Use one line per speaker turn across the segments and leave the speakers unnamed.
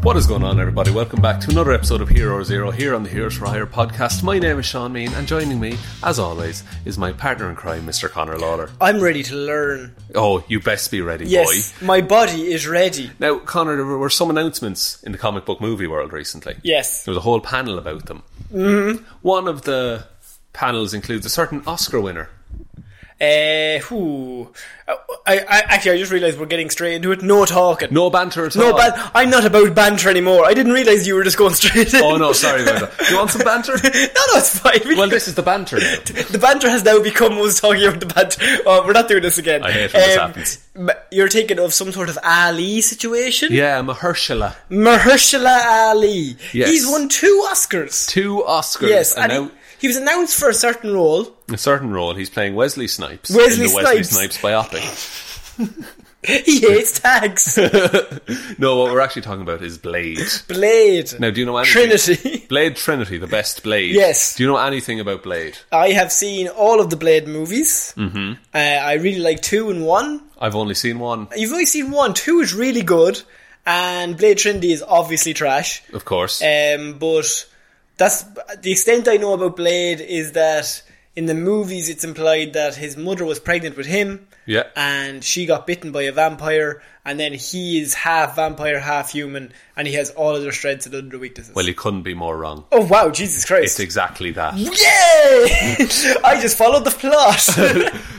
What is going on, everybody? Welcome back to another episode of Hero Zero here on the Heroes for Hire podcast. My name is Sean Mean, and joining me, as always, is my partner in crime, Mr. Connor Lawler.
I'm ready to learn.
Oh, you best be ready,
Yes,
boy.
my body is ready.
Now, Connor, there were some announcements in the comic book movie world recently.
Yes. Mm-hmm.
There was a whole panel about them. One of the panels includes a certain Oscar winner.
Uh, who? I, I actually I just realised we're getting straight into it. No talking.
No banter at
No
all.
ban. I'm not about banter anymore. I didn't realise you were just going straight. In.
Oh, no, sorry about that. Do you want some banter?
no, no, it's fine. We-
Well, this is the banter now.
the banter has now become us talking about the banter. Oh, we're not doing this again.
I hate when this happens.
m- You're thinking of some sort of Ali situation.
Yeah, Mahershala.
Mahershala Ali.
Yes.
He's won two Oscars.
Two Oscars.
yes,
and
and
now
he, he was announced for a certain role.
a certain role. He's playing Wesley Snipes
Wesley
in the Wesley Snipes
Snipes.
biopic.
He hates tags.
No, what we're actually talking about is Blade.
Blade.
Now, do you know anything?
Trinity.
Blade Trinity, the best Blade.
Yes.
Do you know anything about Blade?
I have seen all of the Blade movies. Mm-hmm. Uh, I really like two and one.
I've only seen one,
You've only seen one. Two is really good, and Blade Trinity is obviously trash.
of course.
Um, but that's the extent I know about Blade is that in the movies it's implied that his mother was pregnant with him.
Yeah.
And she got bitten by a vampire, and then he is half vampire, half human, and he has all of their strengths and other weaknesses.
well, you couldn't be more wrong.
oh wow, Jesus
It's
Christ!
exactly that.
Yay! I just followed the plot.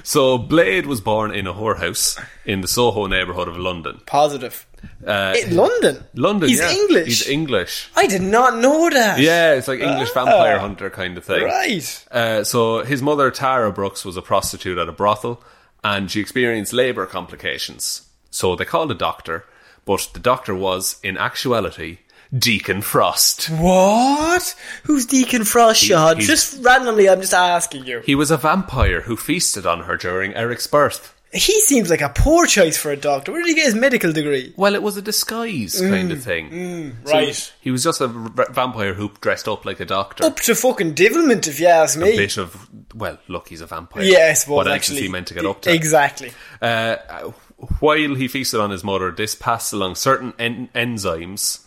So, Blade was born in a whorehouse in the Soho neighbourhood of London.
Positive.
Uh,
It- London.
London,
He's
yeah.
English.
He's English.
I did not know that.
Yeah, it's like English vampire hunter kind of thing.
Ah. Right.
Uh, so his mother Tara Brooks was a prostitute at a brothel, and she experienced labour complications. So they called a doctor, but the doctor was, in actuality, Deacon Frost.
What? Who's Deacon Frost, Sean?
he's-
Just randomly, I'm just asking you.
He was a vampire who feasted on her during Eric's birth.
He seems like a poor choice for a doctor. Where did he get his medical degree?
Well, it was a disguise kind of thing. So
Mm, right.
He was just a r- vampire who dressed up like a doctor.
Up to fucking divilment, if you ask
a
me.
bit of well, look, he's a vampire.
Yeah, I suppose,
What else
actually. e-,
is he meant to get up to?
Exactly.
Uh, while he feasted on his mother, this passed along certain en- enzymes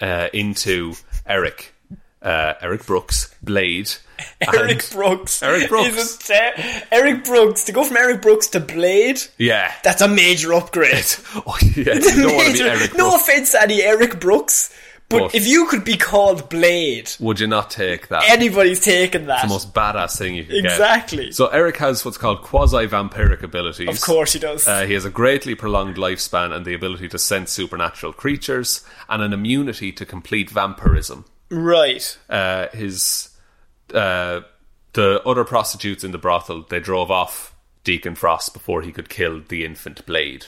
uh, into Eric, uh, Eric Brooks, Blade,
Eric
and-
Brooks.
Eric Brooks.
Is a ter- Eric Brooks. To go from Eric Brooks to Blade,
Yeah.
that's a major upgrade.
oh, yeah. You don't want to be
Major-
Eric
no
Brooks.
offense, to any Eric Brooks, But
But-
if you could be called Blade,
Would you not take that?
anybody's taking that.
It's the most badass thing you could get.
Exactly.
So Eric has what's called quasi vampiric abilities.
Of course he does.
Uh, he has a greatly prolonged lifespan and the ability to sense supernatural creatures and an immunity to complete vampirism.
right.
Uh, his uh, the other prostitutes in the brothel they drove off Deacon Frost before he could kill the infant Blade.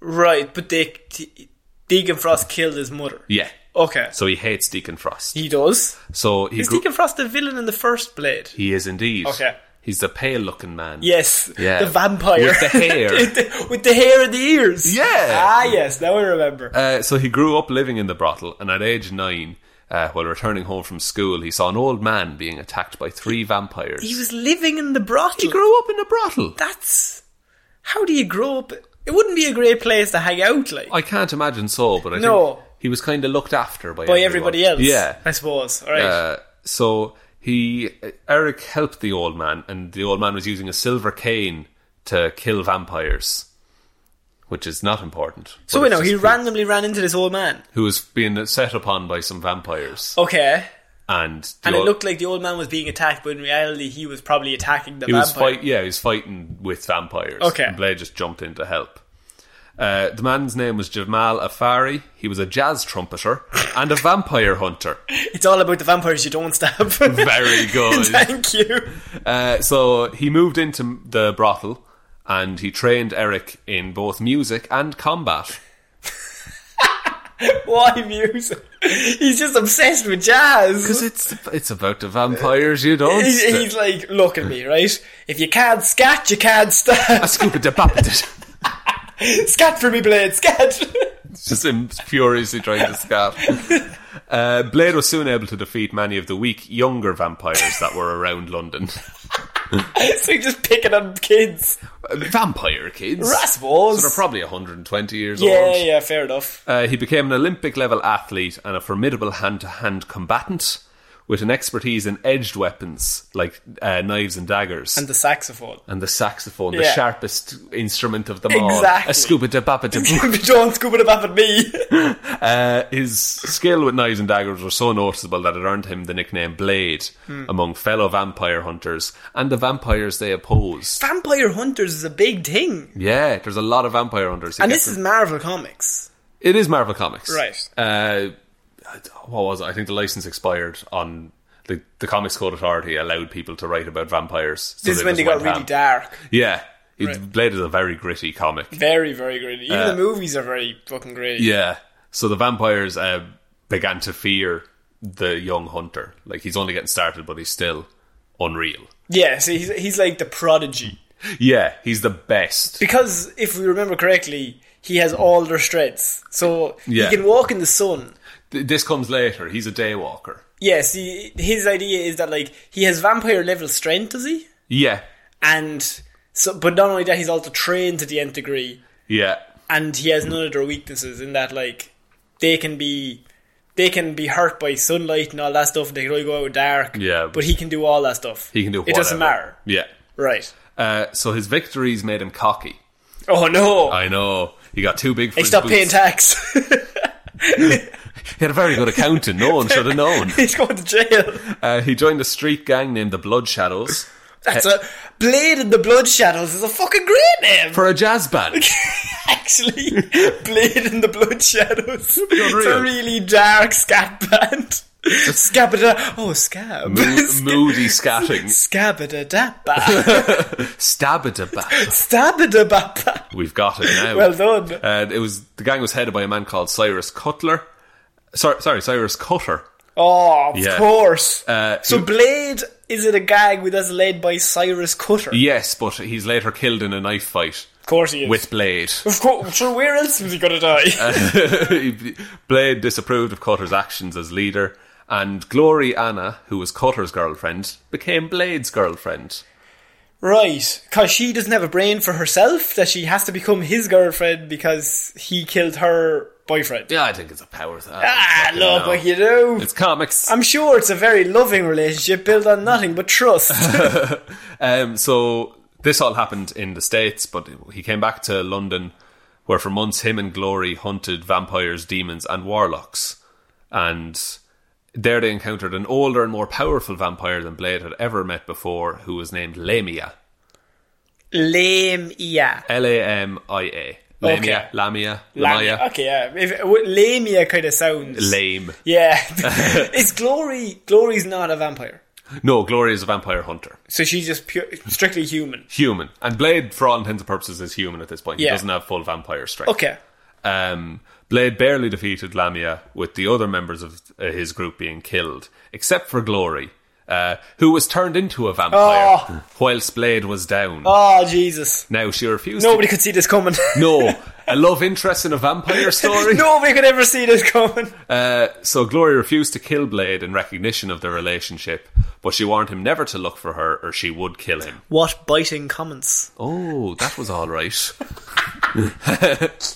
Right, but they, De- Deacon Frost killed his mother.
Yeah.
Okay.
So he hates Deacon Frost.
He does.
so he
Is
grew-
Deacon Frost the villain in the first Blade?
he is indeed.
Okay.
He's the pale looking man.
Yes.
Yeah.
The vampire.
With the hair.
With the- with the hair and the ears.
Yeah.
Ah, yes, now I remember.
Uh, so he grew up living in the brothel, and at age nine, uh, while returning home from school, he saw an old man being attacked by three vampires.
he was living in the brothel.
He grew up in a brothel.
That's. How do you grow up? It wouldn't be a great place to hang out, like.
I can't imagine so, but I
No.
think he was kind of looked after by
by
everyone.
everybody else.
Yeah.
I suppose. All right.
Uh, so he Eric helped the old man, and the old man was using a silver cane to kill vampires, which is not important. but
so you
it's
know, he
just
randomly ran into this old man.
who was being set upon by some vampires,
Okay.
and the
Oh, And it
old-
looked like the old man was being attacked, but in reality, he was probably attacking the
he
vampire.
was fight. Yeah, he was fighting with vampires.
Okay.
and Blade just jumped in to help. Uh, the man's name was Jamal Afari. He was a jazz trumpeter and a vampire hunter.
It's all about the vampires you don't stab.
Very good.
Thank you.
Uh, so he moved into the brothel and he trained Eric in both music and combat.
Why music? He's just obsessed with jazz.
Because it's it's about the vampires, you don't.
He's, he's like, look at me, right? If you can't scat, you can't stab.
Scoop it, bop it.
scat for me, Blade, scat.
just him furiously trying to scat. Uh, Blade was soon able to defeat many of the weak younger vampires that were around London.
so he's just picking on kids.
Vampire kids.
I suppose.
So they're probably 120 years
yeah,
old.
yeah, fair enough.
Uh, he became an Olympic level athlete and a formidable hand to hand combatant with an expertise in edged weapons like uh, knives and daggers.
And the saxophone.
And the saxophone, the
Yeah.
sharpest instrument of them all.
Exactly.
A scuba da baba da boo.
don't scoop it up at me.
Uh, his skill with knives and daggers was so noticeable that it earned him the nickname Blade
Hmm.
among fellow vampire hunters and the vampires they opposed.
Vampire Hunters is a big thing.
Yeah, there's a lot of vampire hunters. He
And
gets
this
them-
is Marvel Comics.
It is Marvel Comics,
Right.
Uh, what was it? I think the license expired on the the Comics Code Authority allowed people to write about vampires. so
This is when
just
they got
went
really
ham.
dark.
Yeah, it,
Right.
Blade is a very gritty comic.
Very, very gritty. Even the movies are very fucking gritty.
Yeah, so the vampires uh, began to fear the young hunter. Like he's only getting started, but he's still unreal.
Yeah, so he's, he's like the prodigy.
Yeah, he's the best.
Because if we remember correctly, he has all their strengths. So
Yeah.
he can walk in the sun.
Th- This comes later. He's a day walker.
Yes, he, his idea is that like he has vampire level strength, does he?
Yeah,
And so, but not only that, he's also trained to the nth degree,
yeah.
and he has none of their weaknesses. In that, like they can be, they can be hurt by sunlight and all that stuff. They can only go out in dark.
Yeah.
but he can do all that stuff.
He can do.
It
whatever.
doesn't matter.
Yeah.
Right.
Uh, so his victories made him cocky.
Oh no!
I know. He got too big for
he
his
stopped paying
boots.
tax.
He had a very good accountant. No one should have known.
he's going to jail.
Uh, he joined a street gang named the Blood Shadows
That's a Blade in the Blood Shadows is a fucking great name.
for a jazz band.
Actually, Blade in the Blood Shadows. It's
unreal.
a really dark scat band. Scabada, oh scab,
Mo- moody scatting.
scabada dappa,
Stabadaba.
stabada bappa.
We've got it now.
Well done.
Uh, it was the gang was headed by a man called Cyrus Cutler. Sorry, sorry, Cyrus Cutter.
Oh, of
Yeah.
course.
Uh,
so Blade is in a gang with us led by Cyrus Cutter.
Yes, but he's later killed in a knife fight
Of course he is.
with Blade.
of course, sure, where else was he gonna die?
Uh, Blade disapproved of Cutter's actions as leader, and Glory Anna, who was Cutter's girlfriend, became Blade's girlfriend.
Right, because she doesn't have a brain for herself, that she has to become his girlfriend because he killed her boyfriend.
Yeah, I think it's a power thing.
Ah, love what you do.
It's comics.
I'm sure it's a very loving relationship built on nothing but trust.
Um, so this all happened in the States, but he came back to London, where for months him and Glory hunted vampires, demons, and warlocks. and there they encountered an older and more powerful vampire than Blade had ever met before, who was named Lamia.
Lame, yeah.
L A M I A.
Okay.
Lamia, Lamia,
Lamia.
Lamia,
Okay, yeah. If, what Lamia kind of sounds.
Lame.
Yeah. it's Glory. Glory's not a vampire.
No, Gloria is a vampire hunter.
So she's just pure, strictly human.
Human. And Blade, for all intents and purposes, is human at this point.
Yeah.
He doesn't have full vampire strength.
Okay.
Um, Blade barely defeated Lamia, with the other members of uh, his group being killed, except for Glory, uh, who was turned into a vampire whilst Blade was down.
Oh, Jesus.
Now she refused.
Nobody
to-
could see this coming.
No, a love interest in a vampire story.
Nobody could ever see this coming.
Uh, so Glory refused to kill Blade in recognition of their relationship, but she warned him never to look for her, or she would kill him.
What biting comments.
Oh, that was all right.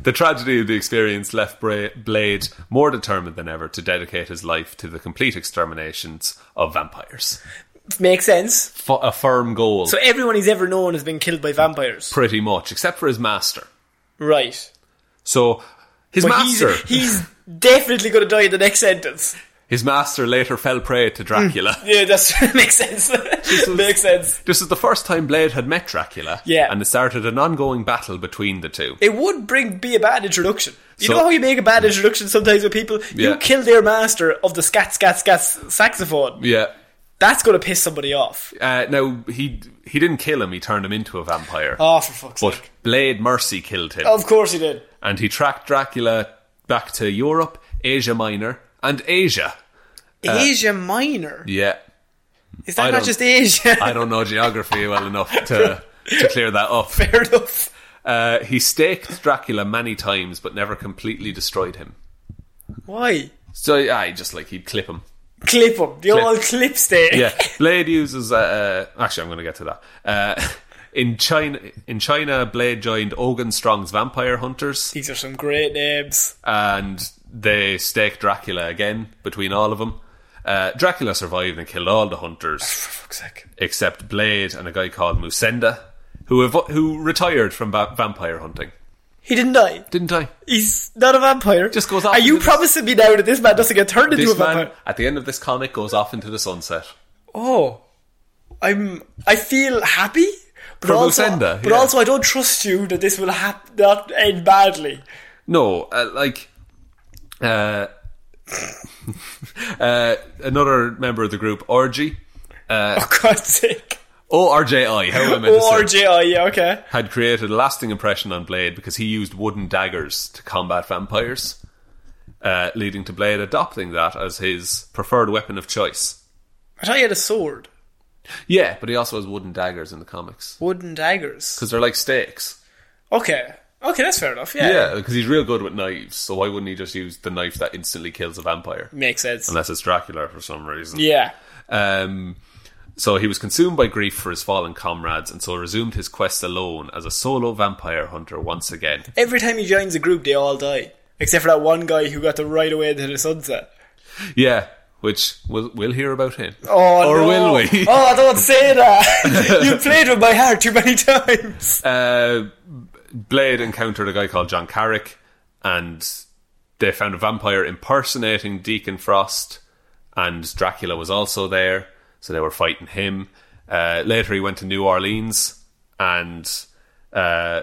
the tragedy of the experience left Bra- Blade more determined than ever to dedicate his life to the complete exterminations of vampires.
Makes sense.
F- a firm goal,
So everyone he's ever known has been killed by vampires.
pretty much, except for his master.
Right.
So his
But he's,
master,
he's definitely going to die in the next sentence.
his master later fell prey to Dracula.
Yeah, that makes sense. makes sense.
This is the first time Blade had met Dracula,
Yeah.
and it started an ongoing battle between the two.
It would bring be a bad introduction. You
So-
know how you make a bad introduction sometimes with people? You
Yeah.
kill their master of the scat scat scat saxophone.
yeah.
That's going to piss somebody off.
Uh, now he he didn't kill him; he turned him into a vampire.
Oh, for fuck's
But
sake.
Blade Mercy killed him,
Of course he did.
and he tracked Dracula back to Europe, Asia Minor, and Asia.
Asia Minor?
Yeah,
Is
I
that not
don't-
just Asia?
I don't know geography well enough to to clear that up.
Fair enough.
Uh, he staked Dracula many times, but never completely destroyed him.
Why?
So, I just like he'd clip him.
Clip him. The
Clip.
old clip stick.
yeah, Blade uses. Uh, uh, actually, I'm going to get to that. Uh, in China, in China, Blade joined Ogun Strong's Vampire Hunters,
These are some great names.
and they staked Dracula again between all of them. Uh, Dracula survived and killed all the hunters
Oh, For fuck's sake.
except Blade and a guy called Musenda, who evo- who retired from va- vampire hunting.
He didn't die.
Didn't I?
He's not a vampire.
Just goes off
Are you
into this-
promising me now that this man doesn't get turned into a
This
vampire?
man at the end of this comic goes off into the sunset.
Oh, I'm. I feel happy, but
For
also,
Lucenda,
but
yeah.
also I don't trust you that this will hap- not end badly.
No, uh, like uh, uh, another member of the group, Orgy. Uh,
oh God's sake!
O R J I. How am I meant to say?
Or JI, yeah, okay.
Had created a lasting impression on Blade because he used wooden daggers to combat vampires, uh, leading to Blade adopting that as his preferred weapon of choice.
I thought you had a sword,
Yeah, but he also has wooden daggers in the comics.
wooden daggers.
because they're like stakes.
Okay, okay, that's fair enough. Yeah,
Yeah, because he's real good with knives. So why wouldn't he just use the knife that instantly kills a vampire?
makes sense.
Unless it's Dracula for some reason.
yeah,
Um, so he was consumed by grief for his fallen comrades, and so resumed his quest alone as a solo vampire hunter once again.
every time he joins a group, they all die except for that one guy who got to ride away into the sunset.
Yeah, which we'll, we'll hear about him.
Oh,
or
no.
will we?
Oh, don't say that. you played with my heart too many times.
Uh, Blade encountered a guy called John Carrick, and they found a vampire impersonating Deacon Frost, and Dracula was also there, so they were fighting him. Uh, later, he went to New Orleans, and uh,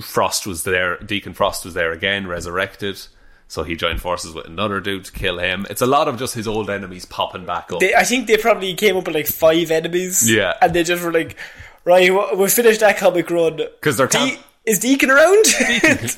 Frost was there. Deacon Frost was there again, resurrected. So he joined forces with another dude to kill him. It's a lot of just his old enemies popping back up.
They, I think they probably came up with like five enemies.
Yeah.
And they just were like, right, we- we'll finish that comic run.
'Cause they're
De-
camp-
Is Deacon around?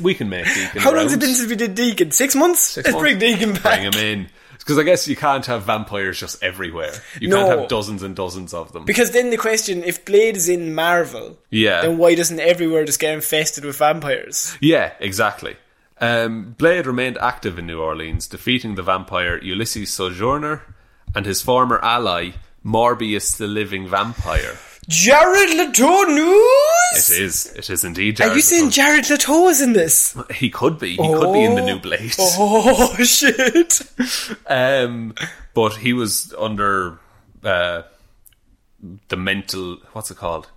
we can make Deacon.
How long's it
round.
been since we did Deacon? Six months? Let's bring Deacon back.
Bring him in. Because I guess you can't have vampires just everywhere. You
No.
can't have dozens and dozens of them.
Because then the question, if Blade is in Marvel,
Yeah.
then why doesn't everywhere just get infested with vampires?
yeah, exactly. Um, Blade remained active in New Orleans, defeating the vampire Ulysses Sojourner and his former ally, Morbius the Living Vampire.
Jared Leto
It
news?
is. It is indeed.
Are you
Jared
saying
Leto.
Jared Leto is in this?
he could be? He could be in the
Oh.
new Blade.
Oh, shit.
Um, but he was under uh, the mental. What's it called?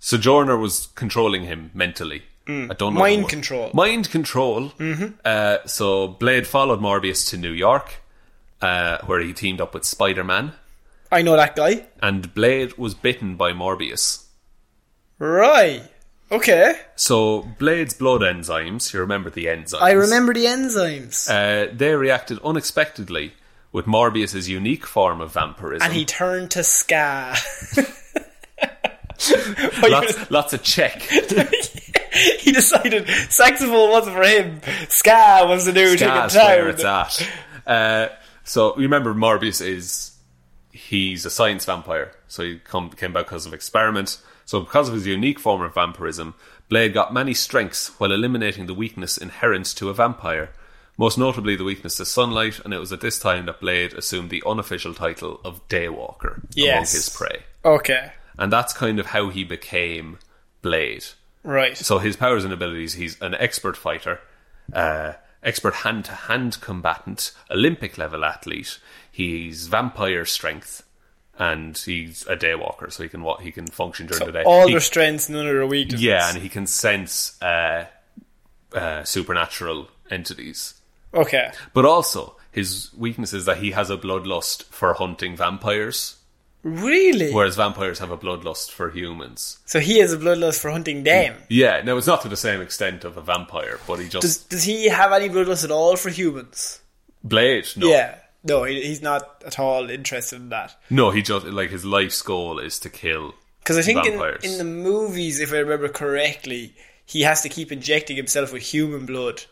Sojourner was controlling him mentally. I don't know. the
Mm. Mind
word.
control. Mm-hmm.
Mind control. Uh, so Blade followed Morbius to New York, uh, where he teamed up with Spider Man,
I know that guy.
and Blade was bitten by Morbius.
Right. Okay.
So Blade's blood enzymes, you remember the enzymes?
I remember the enzymes.
Uh, they reacted unexpectedly with Morbius's unique form of vampirism.
and he turned to Ska.
lots, lots of check.
he decided saxophone wasn't for him. Ska was the new thing in
That's where it's
town.
at. Uh, so remember, Morbius is he's a science vampire, so he come, came about because of experiment. So because of his unique form of vampirism, Blade got many strengths while eliminating the weakness inherent to a vampire. Most notably, the weakness to sunlight, and it was at this time that Blade assumed the unofficial title of Daywalker among
Yes.
his prey,
Okay.
and that's kind of how he became Blade.
Right.
So his powers and abilities: he's an expert fighter, uh, expert hand-to-hand combatant, Olympic-level athlete. He's vampire strength, and he's a daywalker, so he can wa- he can function during the day.
all
He-
their strengths, none of their weaknesses.
yeah, and he can sense uh, uh, supernatural entities.
Okay.
But also his weakness is that he has a bloodlust for hunting vampires,
Really?
whereas vampires have a bloodlust for humans.
so he has a bloodlust for hunting them.
Yeah, no, it's not to the same extent of a vampire, but he just
Does does he have any bloodlust at all for humans?
Blade. No,
Yeah. No, he, he's not at all interested in that.
No, he just like his life's goal is to kill.
Because I think in,
Vampires.
in the movies, if I remember correctly, he has to keep injecting himself with human blood.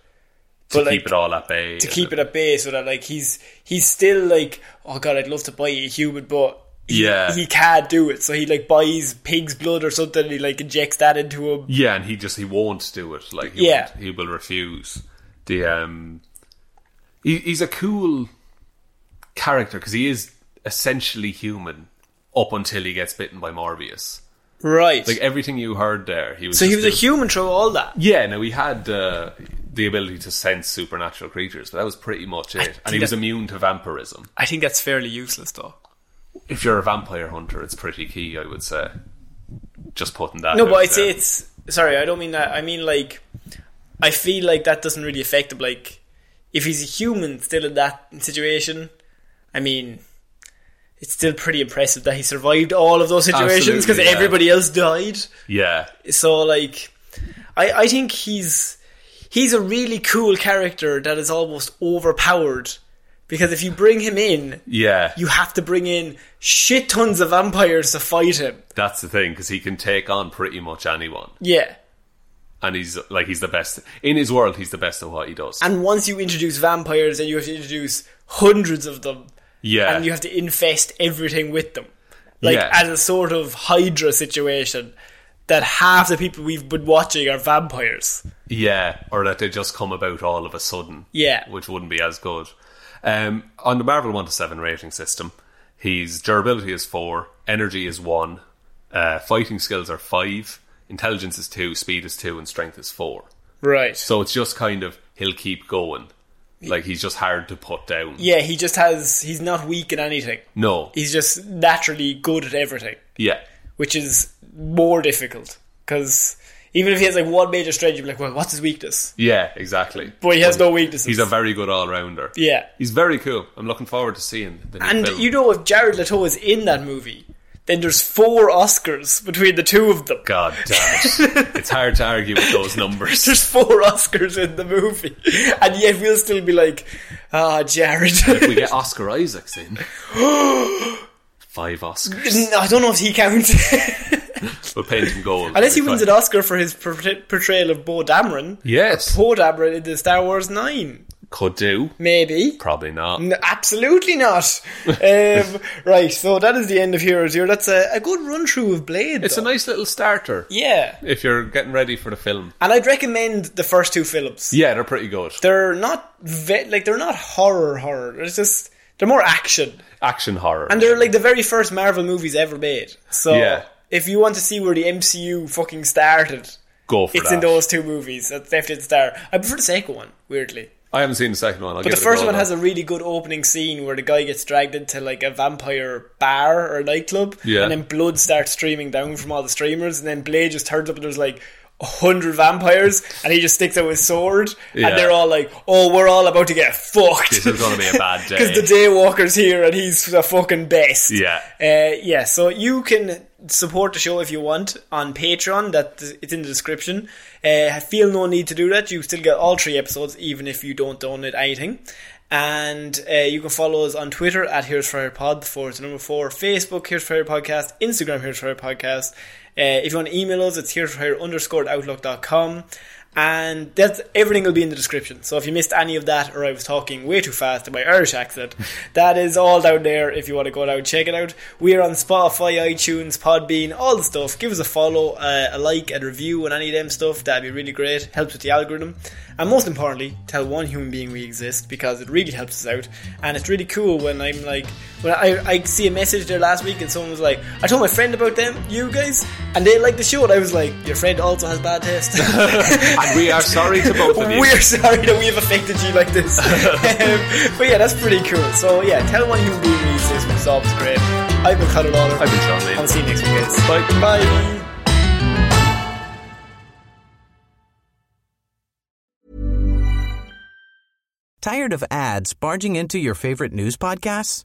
To
But,
keep
like,
it all at bay.
to keep it at bay so that like he's he's still like oh god I'd love to buy a human but he,
Yeah.
he can't do it so he like buys pig's blood or something and he like injects that into him
Yeah, and he just he won't do it. Like he
Yeah.
won't, he will refuse. The um, he, he's a cool character because he is essentially human up until he gets bitten by Morbius.
right
Like everything you heard there, he was.
so he
just
was a
doing-
human through all that
Yeah, no, he had uh, the ability to sense supernatural creatures, but that was pretty much it. And he
think
was
that-
immune to vampirism.
I think that's fairly useless though
If you're a vampire hunter, it's pretty key, I would say. Just putting that.
no
out
but I'd say
there.
it's sorry I don't mean that I mean like I feel like that doesn't really affect him like if he's a human still in that situation I mean it's still pretty impressive that he survived all of those situations because
Absolutely, yeah.
everybody else died
Yeah,
So like, I I think he's he's a really cool character that is almost overpowered because if you bring him in,
yeah.
you have to bring in shit tons of vampires to fight him.
That's the thing because he can take on pretty much anyone,
Yeah.
and he's like he's the best in his world. He's the best at what he does.
And once you introduce vampires, then you have to introduce hundreds of them,
yeah,
and you have to infest everything with them, like
Yeah.
as a sort of Hydra situation. That half the people we've been watching are vampires.
yeah, or that they just come about all of a sudden.
Yeah.
which wouldn't be as good. Um, on the Marvel one to seven rating system, his durability is four, energy is one, uh, fighting skills are five, intelligence is two, speed is two, and strength is four.
Right.
So it's just kind of he'll keep going. Like he's just hard to put down.
yeah, he just has. He's not weak in anything.
No.
he's just naturally good at everything,
Yeah.
which is more difficult because even if he has like one major strength, you're like, well, what's his weakness?
Yeah, exactly.
But he has no weaknesses.
He's a very good all rounder.
yeah,
He's very cool. I'm looking forward to seeing the new
and
film.
you know if Jared Leto is in that movie, then there's four Oscars between the two of them.
God damn it. it's hard to argue with those numbers.
There's four Oscars in the movie, and yet we'll still be like, ah, Jared.
we get Oscar Isaacs in. Five Oscars.
I don't know if he counts.
We'll paint him gold.
Unless he wins an Oscar for his portray- portrayal of Bo Dameron.
Yes.
Bo Dameron in the Star Wars 9.
Could do.
Maybe.
Probably not.
No, absolutely not. um, right, so that is the end of Heroes Here. That's a, a good run through of Blade.
It's a
though.
nice little starter
yeah,
if you're getting ready for the film.
and I'd recommend the first two films.
Yeah, they're pretty good.
They're not ve- like they're not horror horror. It's just they're more action,
Action horror.
and they're like the very first Marvel movies ever made. So
Yeah.
if you want to see where the MCU fucking started,
Go for
it's
that.
in those two movies. That's definitely the start. I prefer the second one, weirdly.
I haven't seen the second one. I'll
But
give
the
it
first
a go
one
now.
has a really good opening scene where the guy gets dragged into like a vampire bar or nightclub,
Yeah.
and then blood starts streaming down from all the streamers, and then Blade just turns up and there's like hundred vampires, and he just sticks out his sword,
Yeah.
and they're all like, "Oh, we're all about to get fucked."
This is gonna be a bad day.
because the Daywalker's here and he's the fucking best.
Yeah.
uh, yeah. So you can support the show if you want on Patreon. That it's in the description. Uh, I feel no need to do that. You still get all three episodes, even if you don't donate anything. And uh, you can follow us on Twitter at Here's Fire Pod for the number four, Facebook Here's Fire Podcast, Instagram Here's Fire Podcast. Uh, if you want to email us, it's here's fire underscore outlook.com. And that's everything will be in the description. So if you missed any of that or I was talking way too fast in my Irish accent, that is all down there if you want to go down and check it out. We are on Spotify, iTunes, Podbean, all the stuff. Give us a follow, uh, a like, and review on any of them stuff. That'd be really great. Helps with the algorithm. And most importantly, tell one human being we exist because it really helps us out. And it's really cool when I'm like, when I, I see a message there last week and someone was like, I told my friend about them, you guys, and they liked the show. And I was like, your friend also has bad taste.
And we are sorry to both of you.
We're sorry that we have affected you like this. Um, but yeah, that's pretty cool. So yeah, tell one human being these days when Sob's great. I've been Cuddle Lawler.
I've been Sean Lee.
I'll see you next week,
Bye.
guys. Bye.
Tired of ads barging into your favorite news podcasts?